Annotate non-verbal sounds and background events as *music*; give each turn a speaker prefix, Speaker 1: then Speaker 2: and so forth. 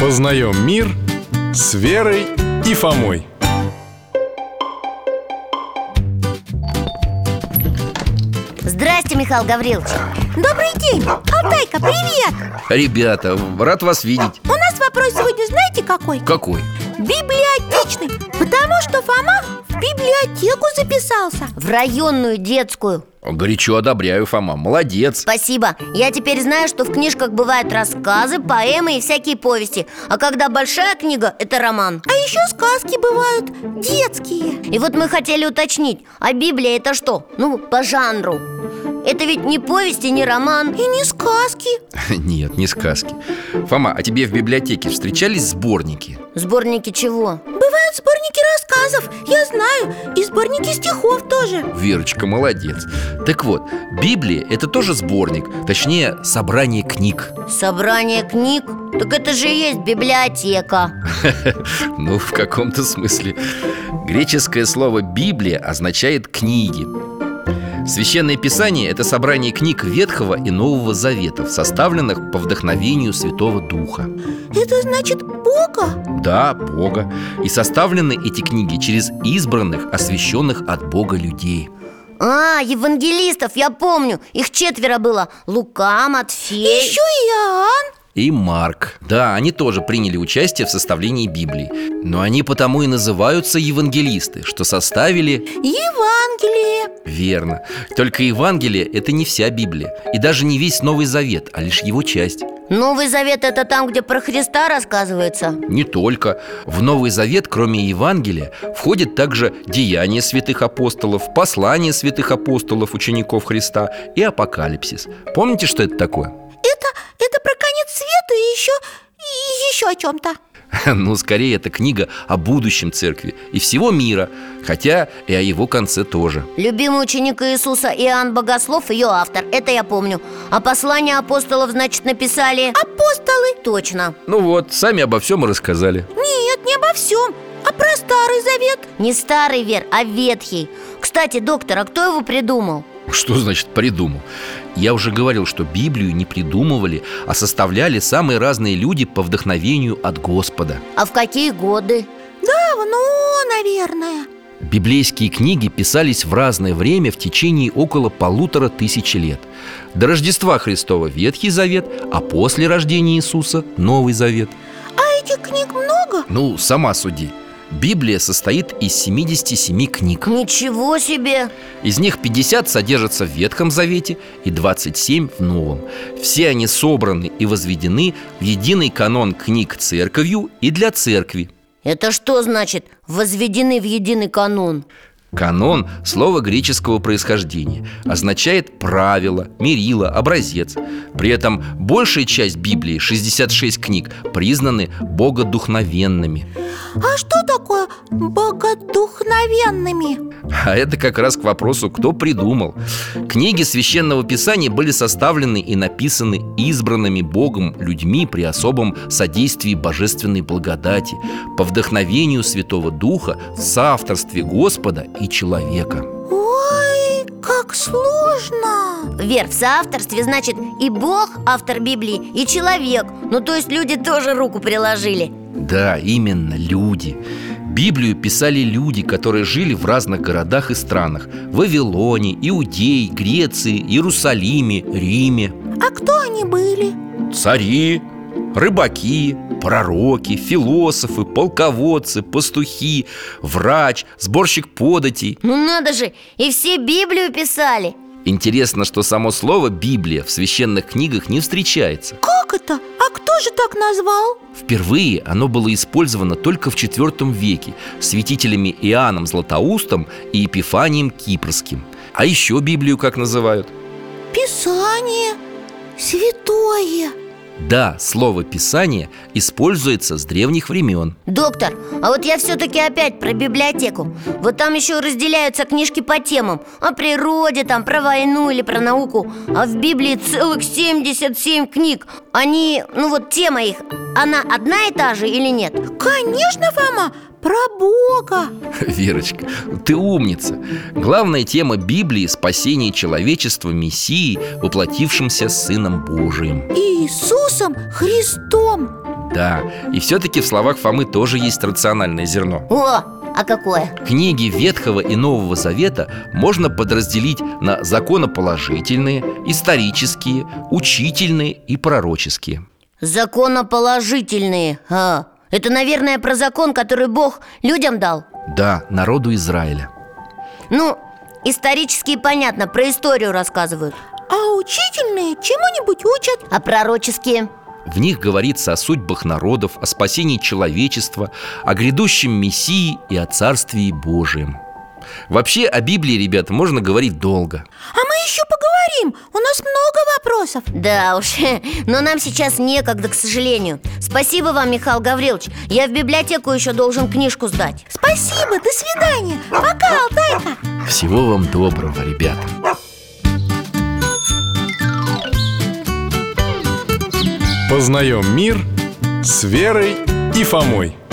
Speaker 1: Познаем мир с Верой и Фомой.
Speaker 2: Здрасте, Михаил Гаврилович Добрый день, Алтайка, привет
Speaker 3: Ребята, рад вас видеть
Speaker 2: У нас вопрос сегодня знаете какой?
Speaker 3: Какой?
Speaker 2: Библиотечный Потому что Фома в библиотеку записался
Speaker 4: В районную детскую
Speaker 3: Горячо одобряю, Фома, молодец *laughs*
Speaker 4: Спасибо Я теперь знаю, что в книжках бывают рассказы, поэмы и всякие повести А когда большая книга, это роман
Speaker 2: А еще сказки бывают детские
Speaker 4: И вот мы хотели уточнить А Библия это что? Ну, по жанру это ведь не повесть и не роман
Speaker 2: И не сказки
Speaker 3: Нет, не сказки Фома, а тебе в библиотеке встречались сборники?
Speaker 4: Сборники чего?
Speaker 2: Бывают сборники рассказов, я знаю И сборники стихов тоже
Speaker 3: Верочка, молодец Так вот, Библия – это тоже сборник Точнее, собрание книг
Speaker 4: Собрание книг? Так это же и есть библиотека
Speaker 3: Ну, в каком-то смысле Греческое слово «библия» означает «книги» Священное Писание – это собрание книг Ветхого и Нового Заветов, составленных по вдохновению Святого Духа
Speaker 2: Это значит Бога?
Speaker 3: Да, Бога И составлены эти книги через избранных, освященных от Бога людей
Speaker 4: А, евангелистов, я помню Их четверо было Лука,
Speaker 2: И
Speaker 4: Матфей
Speaker 2: еще Иоанн
Speaker 3: и Марк Да, они тоже приняли участие в составлении Библии Но они потому и называются евангелисты Что составили...
Speaker 2: Евангелие
Speaker 3: Верно Только Евангелие – это не вся Библия И даже не весь Новый Завет, а лишь его часть
Speaker 4: Новый Завет это там, где про Христа рассказывается?
Speaker 3: Не только. В Новый Завет, кроме Евангелия, входит также деяния святых апостолов, послания святых апостолов, учеников Христа и апокалипсис. Помните, что это такое? *laughs*
Speaker 2: Это, это про конец света и еще, и еще о чем-то
Speaker 3: Ну, скорее, это книга о будущем церкви и всего мира, хотя и о его конце тоже.
Speaker 4: Любимый ученик Иисуса Иоанн Богослов ее автор, это я помню А послание апостолов, значит, написали... Апостолы! Точно
Speaker 3: Ну вот, сами обо всем и рассказали.
Speaker 2: Нет, не обо всем, а про Старый Завет
Speaker 4: Не старый вер, а ветхий Кстати, доктор, а кто его придумал?
Speaker 3: Что значит придумал? Я уже говорил, что Библию не придумывали, а составляли самые разные люди по вдохновению от Господа.
Speaker 4: А в какие годы?
Speaker 2: Давно, ну, наверное
Speaker 3: Библейские книги писались в разное время в течение около полутора тысячи лет. До Рождества Христова Ветхий Завет, а после рождения Иисуса Новый Завет.
Speaker 2: А этих книг много?
Speaker 3: Ну, сама суди. Библия состоит из 77 книг.
Speaker 4: Ничего себе!
Speaker 3: Из них 50 содержатся в Ветхом Завете и 27 в Новом. Все они собраны и возведены в единый канон книг церковью и для церкви.
Speaker 4: Это что значит «возведены в единый канон»?
Speaker 3: Канон – слово греческого происхождения, означает правило, мерило, образец. При этом большая часть Библии, 66 книг, признаны богодухновенными.
Speaker 2: А что такое богодухновенными?
Speaker 3: А это как раз к вопросу, кто придумал. Книги священного писания были составлены и написаны избранными Богом людьми при особом содействии божественной благодати, по вдохновению Святого Духа в соавторстве Господа и человека.
Speaker 2: Ой, как сложно
Speaker 4: Вер, в соавторстве значит и Бог, автор Библии, и человек Ну, то есть люди тоже руку приложили
Speaker 3: Да, именно люди. Библию писали люди, которые жили в разных городах и странах Вавилоне, Иудее, Греции, Иерусалиме, Риме
Speaker 2: А кто они были?
Speaker 3: Цари, рыбаки, пророки, философы, полководцы, пастухи, врач, сборщик податей
Speaker 4: Ну надо же, и все Библию писали
Speaker 3: Интересно, что само слово «Библия» в священных книгах не встречается
Speaker 2: Как это? А кто же так назвал?
Speaker 3: Впервые оно было использовано только в IV веке святителями Иоанном Златоустом и Епифанием Кипрским. А еще Библию как называют?
Speaker 2: Писание Святое
Speaker 3: Да, слово «писание» используется с древних времен.
Speaker 4: Доктор, а вот я все-таки опять про библиотеку Вот там еще разделяются книжки по темам О природе, там, про войну или про науку А в Библии целых 77 книг Они, ну вот тема их, она одна и та же или нет?
Speaker 2: Конечно, Фома, про Бога
Speaker 3: *laughs* Верочка, ты умница. Главная тема Библии – спасение человечества Мессии, воплотившимся Сыном Божиим.
Speaker 2: Иисусом Христом
Speaker 3: Да, и все-таки в словах Фомы тоже есть рациональное зерно
Speaker 4: О, а какое?
Speaker 3: Книги Ветхого и Нового Завета можно подразделить на законоположительные, исторические, учительные и пророческие
Speaker 4: Законоположительные А, Это, наверное, про закон, который Бог людям дал
Speaker 3: Да, народу Израиля
Speaker 4: Ну, исторически понятно, про историю рассказывают
Speaker 2: А учительные чему-нибудь учат
Speaker 4: А пророческие?
Speaker 3: В них говорится о судьбах народов, о спасении человечества, о грядущем Мессии и о Царствии Божьем. Вообще о Библии, ребята, можно говорить долго.
Speaker 2: А мы еще поговорим, у нас много вопросов
Speaker 4: Да уж, *laughs* но нам сейчас некогда, к сожалению Спасибо вам, Михаил Гаврилович Я в библиотеку еще должен книжку сдать
Speaker 2: Спасибо, до свидания Пока, Алтайка
Speaker 3: Всего вам доброго, ребята.
Speaker 1: Познаем мир с Верой и Фомой.